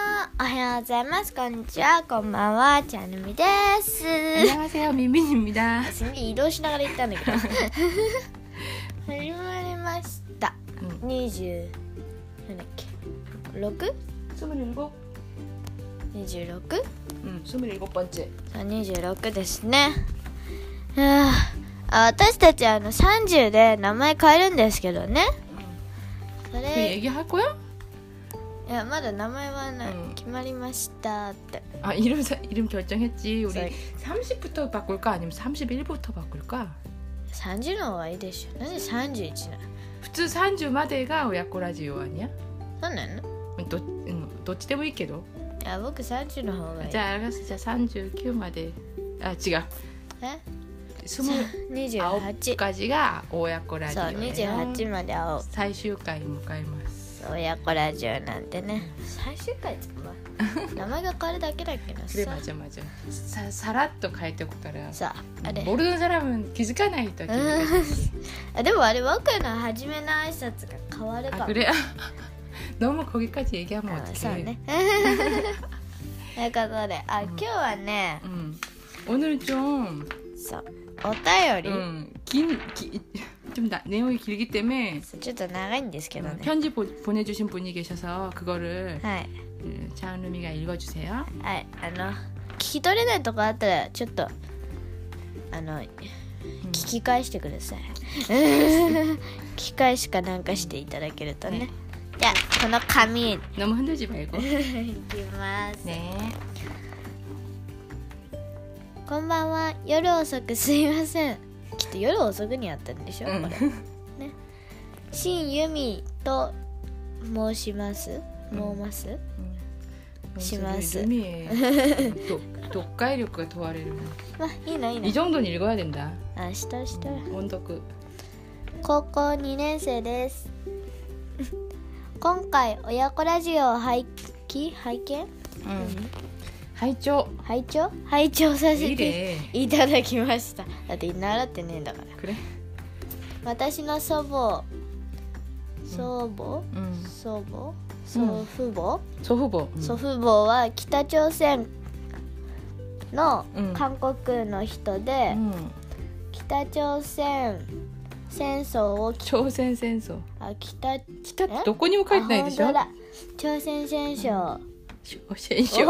ようございます。こんにちは。こんばんは。ちゃぬみです。 안녕하세요 민민입니다. 지금 이동시나가라 했다는 거. 할머니마시다. 응. 20. 이렇게. 6? 27? 26? 응, 27번째. 26ですね。いやーあ私たちあの30で名前変えるんですけどね。そ 그 れ、 얘기할 거야? いや、まだ名前はな、うん決まりましたって。 아 이름 사- 이름 결정했지. 우리 자, 30부터 바꿀까 아니면 31부터 바꿀까? 30の方がいいでしょ。なぜ31なの普通30までが親子ラジオ 아니야? そうなの 응, 또, 응, 또 찌대고 있게도. いや、僕30の方がいい。 자, 알았어. 자, 39まで. 아, 지가 え28 29까지가 親子ラジオ.そう28まで会おう最終回迎えます.親子ラジオなんてね最終回つか名前が変わるだけだけど 그래 さ 맞아 맞아. 사, 사라또 갈때 거라. さあれ 모르는 사람은 기숙하나 있다. あでもあれ僕の初めの挨拶が変わるか 아 も 그래? 너무 거기까지 얘기하면 あ 어떡해 そう ねということであ今日はね 음. 오늘 좀, そうお便り、 음, 긴, 기- 좀 나- 내용이 길기 때문에 ちょっと長いんですけど 어, ね 편지 보, 내주신 분이 계셔서 그거를 はい 음, 자은루미가 읽어주세요. はいあの聞き取れないとこあったらちょっとあの 음. 聞き返してくだ さい聞き返しかなんかしていただけるとねねじゃあこの紙い 너무 흔들지 말고. きます、 네. こんばんは夜遅くすいませんきっと夜遅くにやったんでしょ、これ 음. 新由美と申しますうん申ます、 음. 심하스. 루미의 음. 독- 독가이력과 도화를. まあいいのいいの 이 정도는 읽어야 된다. あしたしたら 원더크. 음. 高校2年生です 今回親子ラジオを拝聴拝見 음. 하이초. 拝聴拝聴さ 왜 せて 이래. いただきましただって習ってねえんだから 그래? 私の祖母祖母 음. 祖母祖父母、 소후보. 음. 祖父母は北朝鮮のうん韓国の人で、 음. 北朝鮮戦争をき朝鮮戦争あ北北ってえどこにも書いてないでしあょ本当だ朝鮮戦争、戦争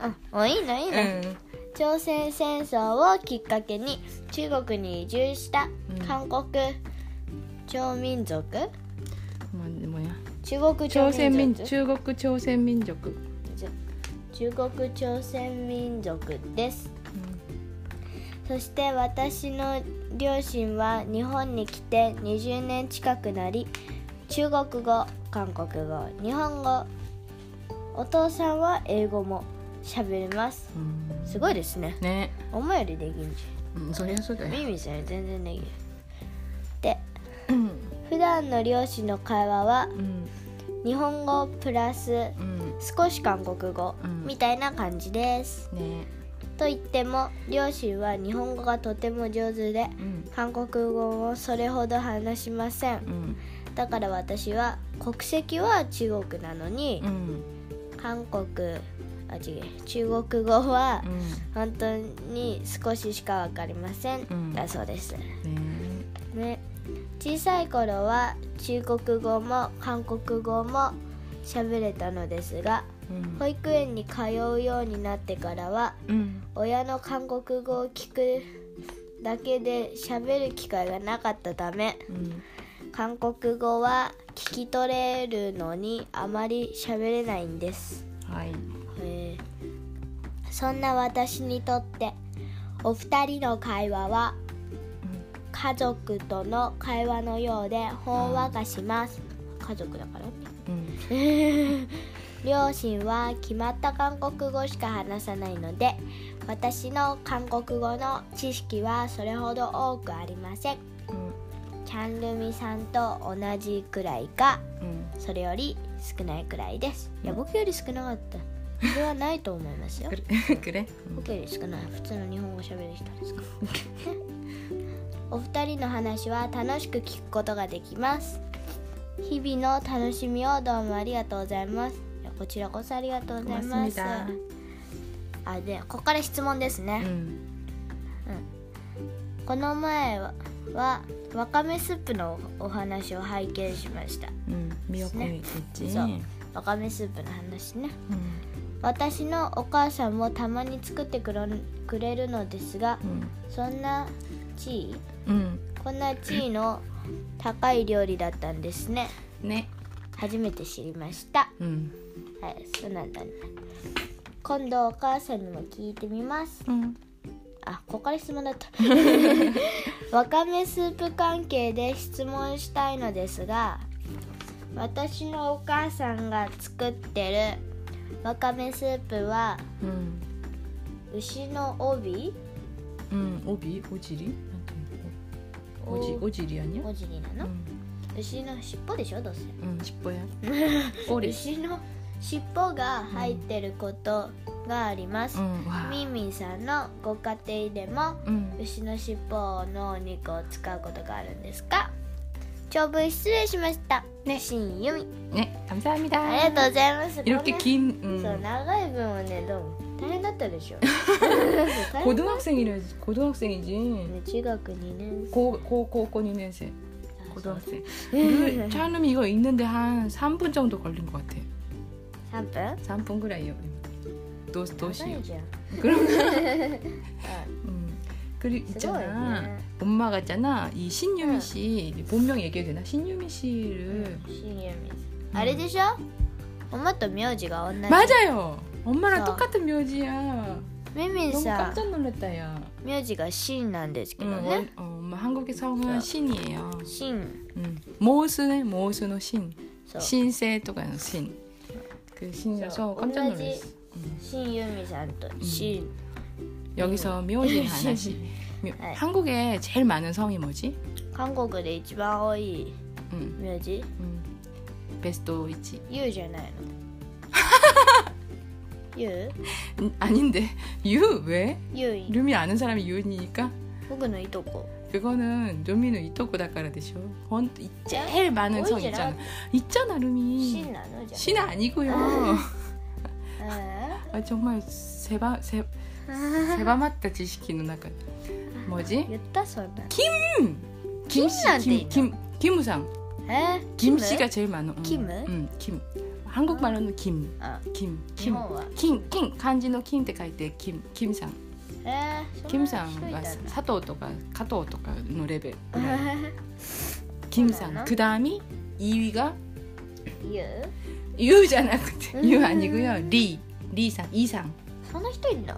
あもういいのいいの、朝鮮戦争をきっかけに中国に移住したうん韓国朝民族、 뭐, 뭐야 中国朝鮮朝鮮民民族中国朝鮮民族、中国朝鮮民族ですそして私の両親は日本に来て20年近くなり中国語韓国語日本語お父さんは英語も喋れますすごいですねね、思うよりできんじうんそりゃそうだゃんよミミさんより全然できるで普段の両親の会話はうん日本語プラスうん少し韓国語うんみたいな感じです、ねと言っても両親は日本語がとても上手でうん韓国語もそれほど話しませんうんだから私は国籍は中国なのにう、ん韓国あ違う中国語は本当に少ししかわかりません、うんだそうですうんね小さい頃は中国語も韓国語も喋れたのですが保ね育園に通うようになってからはうん親の韓国語を聞くだけで喋る機会がなかったためうん韓国語は聞き取れるのにあまり喋れないんです、はいへーそんな私にとってお二人の会話は家族との会話のようでほんわかします家族だからうん両親は決まった韓国語しか話さないので私の韓国語の知識はそれほど多くありませんうんチャンルミさんと同じくらいかうんそれより少ないくらいですいやうん僕より少なかったそれはないと思いますよくれくれ僕より少ない普通の日本語喋る人ですから お二人の話は楽しく聞くことができます日々の楽しみをどうもありがとうございますいやこちらこそありがとうございます 고맙습니다. あでここから質問ですね、 음. この前ははわかめスープのお話を拝見しました 음. 미역국이 있겠지. 그래서. わかめスープの話ね 음. 私のお母さんもたまに作ってくれくれるのですが 음. そんな地位 음. こんな地位の高い料理だったんですね 네. 初めて知りました 음. はいそうなんだね今度お母さんにも聞いてみます 음. あここから質問だった わかめスープ関係で質問したいのですが私のお母さんが作ってるわかめスープは 음. 牛の帯 음. 오비 오지리. 아무튼 오- 오지 오지리 아니야? おじりなの、 음. 牛の尻尾でしょどうせ 음. 십보야. 꼬리. 牛の尻尾が入ってることがあります、 음. 와. ミンミンさんのご家庭でも 음. 牛の尻尾のお肉を使うことがあるんですか長文失礼しましたねしんゆみ 네. 감사합니다. ありがとうございますこ 이렇게 れ 긴 음. そう長い分はねどうも大変だったで しょ大変 고등학생이래. 고등학생이지. ね中学2年生 고, 고, 고, 고 2년생 あ 고등학생 우리 차은음이 이거 읽는데 한 3분 정도 걸린 것 같아 3分 3분 그래요 음. 도, 長 도시요 いじゃん 그럼 음. 그리고 すごい 있잖아 ね 엄마가 있잖아 이 신유미 응. 씨 본명 얘기해도 되나? 신유미 うん 씨를 しんゆみさんあれでしょ엄마と名字が同じ 맞아요 엄마랑 그래서- 똑같은 묘지야 みんみん 너무 さん 깜짝 놀랐다 야 名字がシンなんですけ 응, どね 원- 어, 엄마 한국의 성은 그래서- 신이에요 シン 응. 모스네 모스노 신 そうシ 신세토가 신그 신이라서 그래서 깜짝 오로지- 놀랐어 응. ンユミさんとシン 여기서 묘지 하나씩. 묘- 네. 한국에 제일 많은 성이 뭐지? 韓国で一番多い 음, 名字 음. 베스트 있지. U じゃ ないの U? 음, 아닌데 유 왜? ユイ 루미 아는 사람이 유니까 僕のいとこ 그거는 루미는 이토코다카라 되시오. 번 이- 제일 많은 성 오이지 있잖아. 있잖아 シン 루미. なのじゃん 신 아니고요. 아, 정말 세바 세 えー 세바마타 지식이 누나가 뭐지? 言ったそんな 김. 김씨 김이란 데 김, 김 김우상. えー 김 ム 씨가 제일 많아. 응. 김은? 응, 김. 한국말로는 김. あ 김. 日 김. 本は金金漢字の金って書いて金金さんえー金さんがが佐藤とか加藤とかのレベル 아, 金金ささんんくだみいいが U? ゆうじゃなくてうんゆうあにぐよりりさんいさんそんな人いんの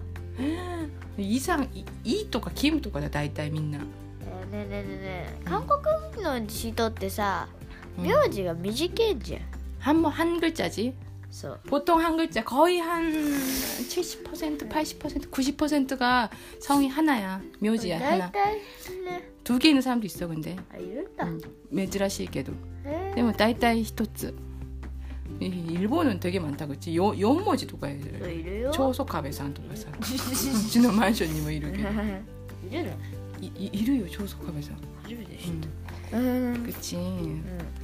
いさんいいとかキムとかだ大体みんなえーねえねえねえねえ韓国の人ってさうん名字が短いじゃん 한뭐한글자지 そう 보통 한 글자 거의 한 70%, 80%, 90%가 성이 하나야. 묘지야 大 하나. 体ね 두 개 있는 사람도 있어 근데. あいるんだ、 음, 매즈라시게도. えーでも大体一つい일본은 되게 많다 그치? 요, 4文字とかいそうるいるよ 초소카베さんとかさ うちのマンションにもいるけ どいるの 이, 이, 이르요 초소카베さん 初めて知っ 음, たうん、 그치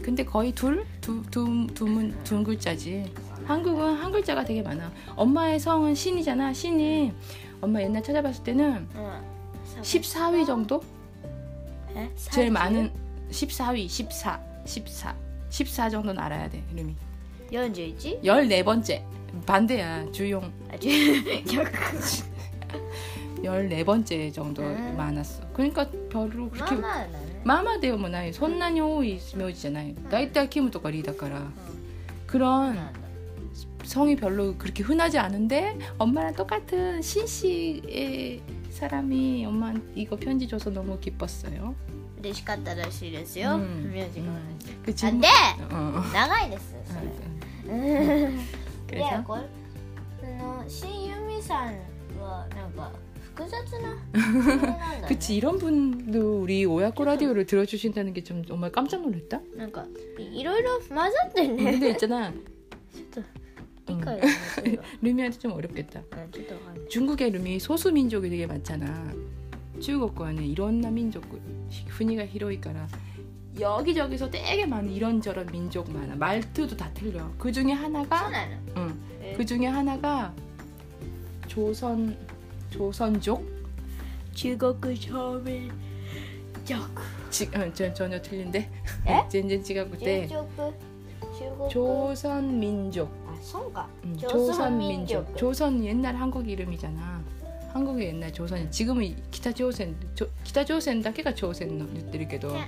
근데 거의 둘? 두, 두, 두, 문, 두 글자지 한국은 한 글자가 되게 많아 엄마의 성은 신이잖아 신이 엄마 옛날 찾아봤을 때는 14위 정도? 에? 제일 많은 14위 14 14 14 정도는 알아야 돼 이름이 41? 14번째 반대야 주용 아, 지-逆 14번째 정도 음. 많았어. 그러니까 별로 まあ 그렇게 まあだね 마마대요 뭐 나이 손난이 오이 묘지잖아요. 나이따 키무 또가 리다까라. 그런 なんだ 성이 별로 그렇게 흔하지 않은데 엄마랑 똑같은 신씨의 사람이 엄마 이거 편지 줘서 너무 기뻤어요. 嬉しかったらしいですよ、ううんん、名字が同じ 그 なん 지금 で 어. 長いですそれい 그래서 やこれあの新由美さんはなんか複雑 なあれなんだ、ね、 그치 이런 분도 우리 오야코 라디오를 들어주신다는 게 좀 정말 깜짝 놀랐다. なんかいいろいろ混ざってんね 근데 있잖아 ちょっと理 음, 解が難しいわ 루미한테 좀 어렵겠다. うんちょっとわかんない 중국의 룸이 소수 민족이 되게 많잖아. 중국과는 이런 나 민족 분위기가 히로이까라 여기저기서 되게 많은 이런저런 민족 많아. 말투도 다 틀려. 그 중에 하나가 なの 응. え 그 중에 하나가 조선 조선족 中国商品族 지, 응, 전, 전혀 틀린데. 에? 예? 젠젠 지가 그때 中国中国 조선 민족. あそうか 음, 조선민족. 조선 옛날 한국 이름이잖아. 한국의 옛날 조선이 지금은 기타 조선 조, 기타 조선 다 걔가 조선들이게도. 네.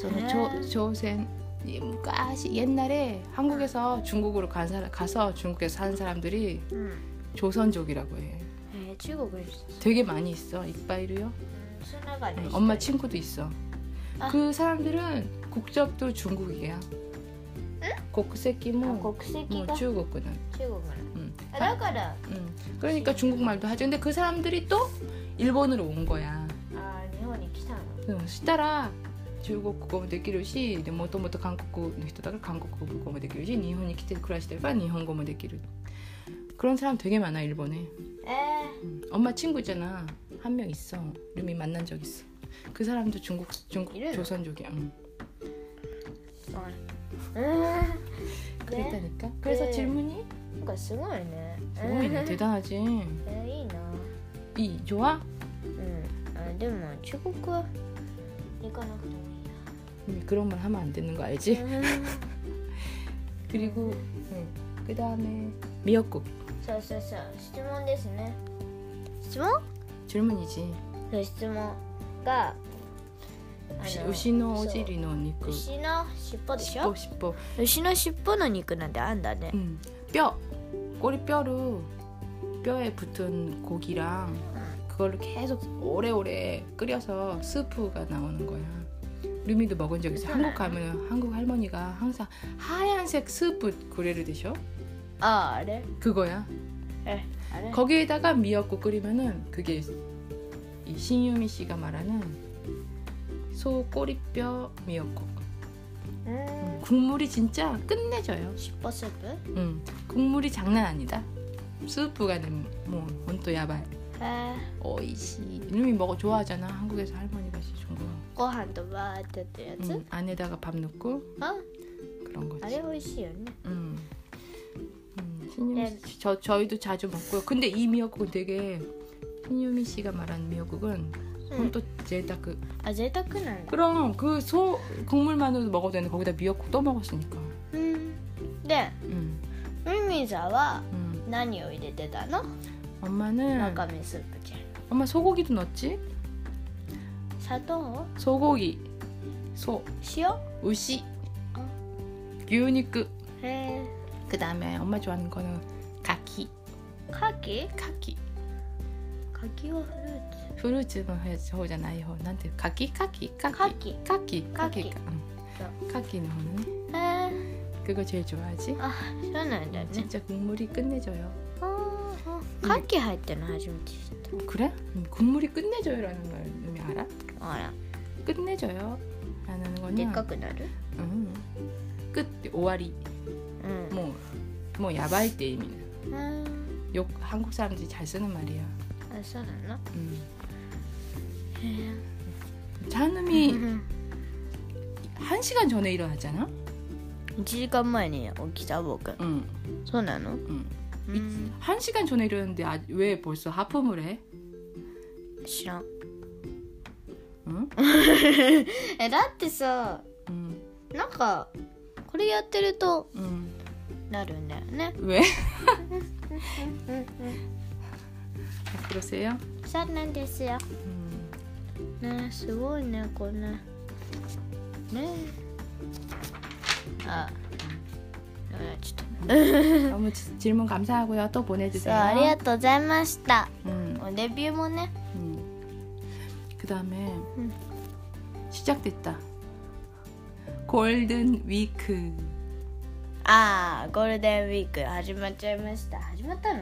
저는 조 조선 이昔옛날에 한국에서 중국으로 간 사람 가서 중국에 산 사람들이 うん、 조선족이라고 해. えー中国に 되게 많이 있어. 이빠이로요. つながり 응, 엄마 친구도 있어. 아. 그 사람들은 국적도 중국이야. 국색이 あ 뭐 国籍 뭐 が中 중국구나. 国なの 응. あだから、 응. 그러니까 중국말도 하죠. 근데 그 사람들이 또 일본으로 온 거야. あー日本に来たの 그래서 뭐 시따라 중국국어 できるし,もともと 한국국の人だから 한국국어 できるし, 일본에 来て暮らしてれば 일본어 できる. 그런 사람 되게 많아 일본에. え 응. 엄마 친구잖아. 한 명 있어. 루미 만난 적 있어. 그 사람도 중국 중국 이래요? 조선족이야. 응. ー、うん、 그랬다니까. 그래서 네. 질문이 なんかすごいね 고민이 うん 대단하지. えーいいな 이う 좋아? んあでも中国は行かなくてもいい 루미 그런 말 하면 안 되는 거 알지? な、うん 그리고 그 다음에 미역국 そうそうそう質問ですね質問 질문이지 そう質問があ 우시- の 우시노 오지리노 니크 牛の尻尾でし 십보 ょ 십보 牛の尻尾の肉なんてあんだね 음. 뼈 꼬리뼈로 뼈에 붙은 고기랑 그걸 계속 오래오래 끓여서 스프가 나오는 거야 루미도 먹은 적 있어 한국 가면 한국 할머니가 항상 하얀색 스프 고래를 드셔 あああれ 그거야 えあれ 거기에다가 미역국 끓이면은 그게 이 신유미 씨가 말하는 소 꼬리뼈 미역국. うーん 국물이 진짜 끝내줘요. 尻尾スープ 음, 국물이 장난 아니다. 스프가 된 뭐, 온또 야발. へえ 오이시. 이름이 먹어 좋아하잖아. 한국에서 할머니가 시 중국. ご飯とバーってやってるやつ、 음, 안에다가 밥 넣고 あ 그런 あ 거지. れ美味しいよね 음. 음, 신유미 네. 씨, 저 저희도 자주 먹고요. 근데 이 미역국은 되게 신유미 씨가 말하는 미역국은 또 제다 그 あ贅沢なんだ 그럼 그 소 국물만으로도 먹어도 되는데 거기다 미역국 또 먹었으니까. うんで 음, ミミザは 음. 何を入れてたの、 엄마는 中身スープじゃん 엄마 소고기도 넣었지? 砂糖 소고기, 소, 塩 우시,牛肉.へえ 어? 그 다음에 엄마 좋아하는 거는 가키, カキ 가키. カキはフルーツ 후루츠는 해오잖아요. 나한테 가키, 가키, 가키, 牡 가키, 가키. 가키. 가키는 호는 蠣へえ 그거 제일 좋아하지. あそうなんだよね 진짜 국물이 끝내줘요. あーカキ入ってるの初めて知っ 어, 그래? 음, 국물이 끝내줘요라는 걸 의미 알아? たあ 끝내줘요. 라는 らでっ 거는 かくなる 음. 끝 오와리 うん 뭐뭐 야바이 때 의미. うん 욕 한국 사람들이 잘 쓰는 말이야. あそうなの 음. へえ 잔음이 한 시간 전에 일어났잖아. 1時間前に起きた僕 응. そうなの 응. うん 한 시간 전에 일어났는데 아, 왜 벌써 하품을 해? 知らん 응? えだってさ 응. なんかこれやってると 응. なるんだよね 왜? うんうん 그러세요? そうなんですよ 음. ねえすごいねこれねねえあうんちょっ 너무 지- 질문 감사하고요. 또 と 보내주세요. さあありがとうございました 음. レビューもね 음. 그다음에 음. 시작됐다. 골든 위크. ああゴールデンウィーク始まっちゃいました始まったの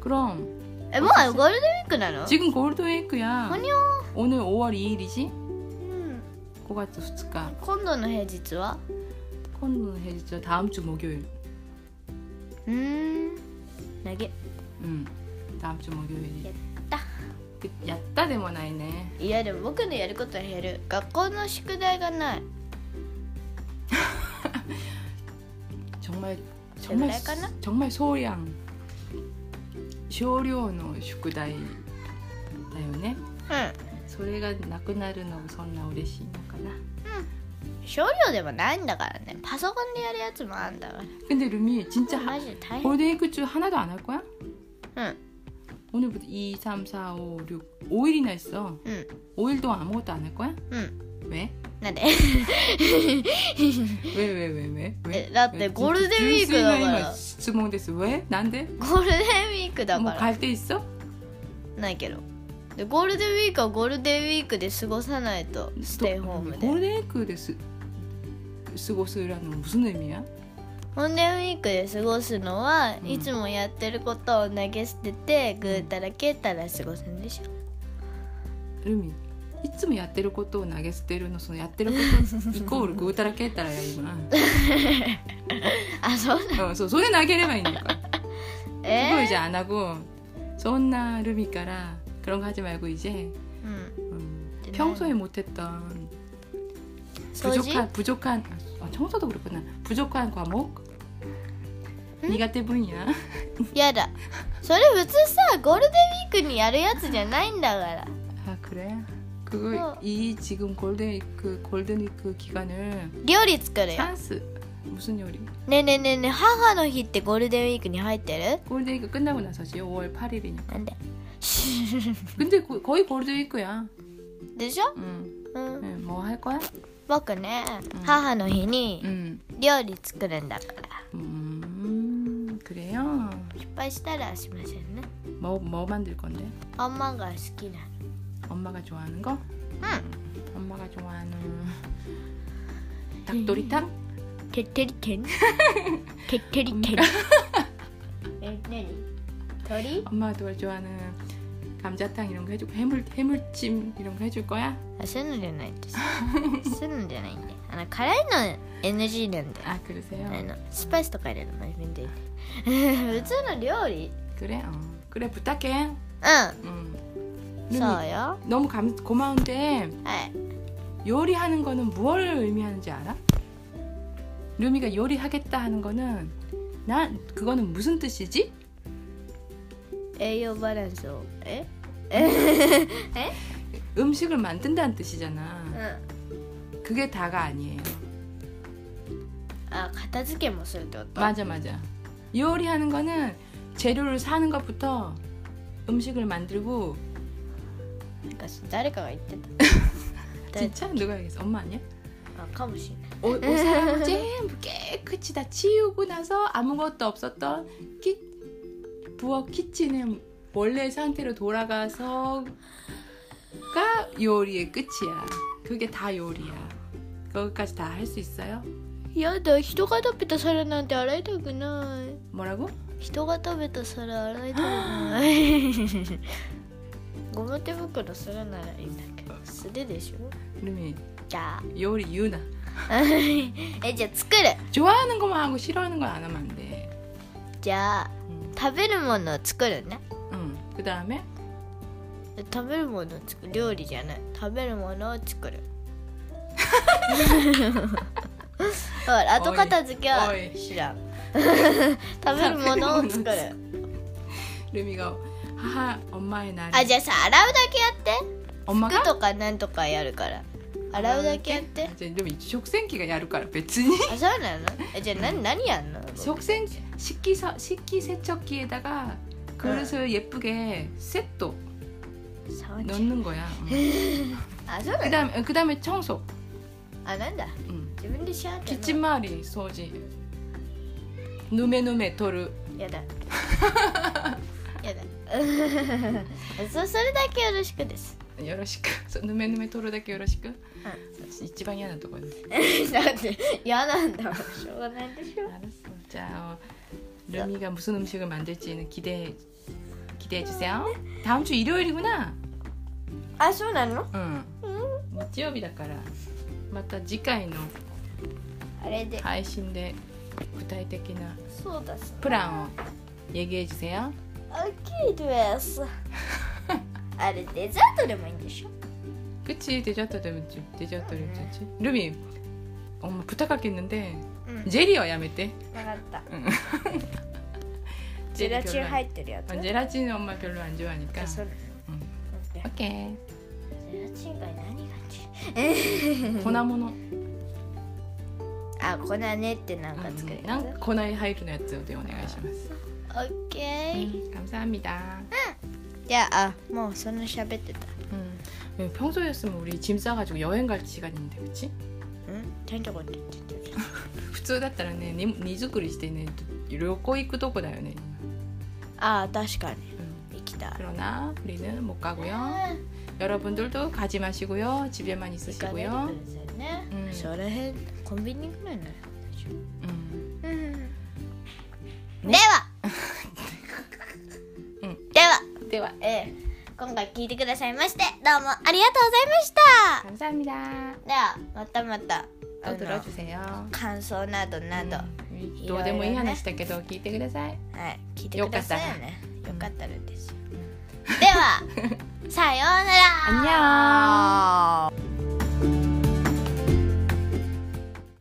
그럼 えもうゴールデンウィークなの 지금 골드웨이크야. 아니요. 오늘 5월 2일이지? うん、 9월 2日.今度の平日は 콘 해지죠. 다음 주 목요일. うーん投げ 음. 다음 주 그, 목요일. 됐다. くやったでもないねいやでも僕のやることは減る学校の宿題がない 정말 정말 제발 까나? 정말 소량 쇼료의 宿題だよねそれがなくなるのもそんな嬉しいのかなうん少量でもないんだからねパソコンでやるやつもあんだから 근데 루미 진짜 하- 마지 다행 골든위크 중 하나도 안 할 거야? 응, 오늘부터 2, 3, 4, 5, 6, 5일이나 있어 응, 5일 동안 아무것도 안 할 거야? 응. 왜? 나 네. 왜 왜 왜 왜? 왜? 에, 나때 왜? 골든위크 진짜 나가요. 이만 질문 됐어 왜? 난데? ゴールデンウィークだ 뭐 から、 갈 데 있어? ないけどでゴールデンウィークはゴールデンウィークで過ごさないとステイホームで 골든위크 데스 쓰고스라는 무슨 의미야? ゴールデンウィークで過ごすのは、うんいつもやってることを投げ捨ててぐーたらけーたら過ごすんでしょルミいつもやってることを投げ捨てるのそのやって ることイコールぐうたらけーたらや今、あそうなうん、そうそれ投げればいいのかすごいえじゃあ안 하고そんなルミから그런거하지말고이제 ーうん、 음, 네. 평소에 못했던 掃除 부족한 부족한 아, 청소도 그렇구나 부족한 과목 응? 니가 때 분야 やだそれ普通さゴールデンウィークにやるやつじゃないんだから 아 그래 그거 어. 이 지금 골든위크 골든위크 그 기간을 料理作るよ 찬스 무슨 요리 ねえねえねえねえ母の日ってゴールデンウィークに入ってる 골든위크 그 끝나고 나서지 5월 8일이니까 なんで 근데 그 거- 거의 골든위크야 でしょ、 응. うん、 응, 뭐할 거야? 僕ね、うん母の日に 응. 料理作るんだから 음, 그래요. 失敗したらしませんね 뭐, 뭐 만들 건데? 엄마が好きな 엄마가 좋아하는 거? う 엄마가 좋아하는 닭도리탕? んてってり てんてってりてん え何鳥 엄마가 좋아하는 감자탕 이런 거 해주고 해물 해물찜 이런 거 해줄 거야? あそういうのじゃないですそういうのじゃないんであの辛いの NG なんで 아 그러세요? あのスパイスとか入れるの自分で入れて 普通の料理 그래, 어. 그래 부탁해. うん 응. そう 루미, よは 너무 감, 고마운데 い 요리하는 거는 뭘 의미하는지 알아? 루미가 요리하겠다 하는 거는 난 그거는 무슨 뜻이지? 栄養バランスをえ 음식을 만든다는 う 뜻이잖아. ん 그게 다가 아니에요. あ片付けもするってこと 맞아 맞아. 요리하는 거는 재료를 사는 것부터 음식을 만들고 なんか誰かが言ってた誰 진짜 누가 얘기했어? 엄마 아니야? あかもしれない 옷, 옷을 전부 깨끗이 다 치우고 나서 아무것도 없었던 키, 부엌 키친의 원래 상태로 돌아가서가 요리의 끝이야. 그게 다 요리야. 거기까지 다 할 수 있어요? やだ人が食べた皿なんて洗いたくない 뭐라고? 人が食べた皿洗いたくない ゴム手袋するならいいんだけど素手でしょ 이름이 じゃあ 요리 유나. えじゃあ作る 좋아하는 것만 하고 싫어하는 건 안 하면 안 돼. じゃあ 응. 食べるものを作るね 응. 그 다음에 食べるものを作る料理じゃない食べるものを作 るほら後片付けはおい知 らん食べるものを作る 루미가 하하 엄마의 날. あじゃあさ洗うだけやって服 엄마가 とかなんとかやるから洗うだけやって 이제 루미 족생기가 야루까라 배트니. あそうなのえじゃあ何何やんの 속생 식기 서, 식기 세척기에다가 그릇을 예쁘게 셋도 触っちゃう 넣는 거야. 응. あそうなの 그다음 그다음에 청소. あなんだ 응. 自分でシャーってな 기침 마을이 소지. 누메 누메 토르. や だやだ そそれだけよろしくです 요러시크. 누메 누메 토르다케 요러시크. う 이지방이 하나 더거든 んだって嫌なんだもんしょうがないでしょ 알았어. 자, 어, 루미가 무슨 음식을 만들지는 기대 기대해 주세요. 다음 주 일요일이구나. あそうなの 응. 일요일이다から. 맞다. 次回のあれで配信で具体的なそうだす プランを얘기해 주세요. OK ですあれデザートでもいいんでしょ 그치 디저트 되지 디저트 되지 루미 엄마 부탁할겠는데 うん 젤이어 야매떼 分かったうんゼラチン入ってるやつ 젤라진 어, 엄마 별로 안 좋아하니까 あそうだ 오케이 ゼラチンが何が粉物違うあ粉ねってなんか作るやつ 난粉에 하이루나 야츠도 오네가이시마스 음, オッケー 감사합니다 じゃああもうそんな喋ってた 음, 왜 평소였으면 우리 짐 싸가지고 여행 갈 시간인데 그치? うんちゃんとこって言ってる普通だったらね 니즈꾸리してね 旅行行くとこだよねああ確かに 음, 行きたい 그러나 우리는 못 가고요 여러분들도 가지 마시고요 집에만 行かないでくだ 있으시고요 さいね、うんそらへんコンビニぐらいなら 음, では、 うんでは、 대화 えー今回聞いてくださいましてどうもありがとうございました 감사합니다 아, ではまたまたあ 또 の 들어주세요 感想などなど、 음, どうでもいい話だけど聞いてくださいはい、聞いてくださいよねよよかかっっ たらですよ、ではさようなら 안녕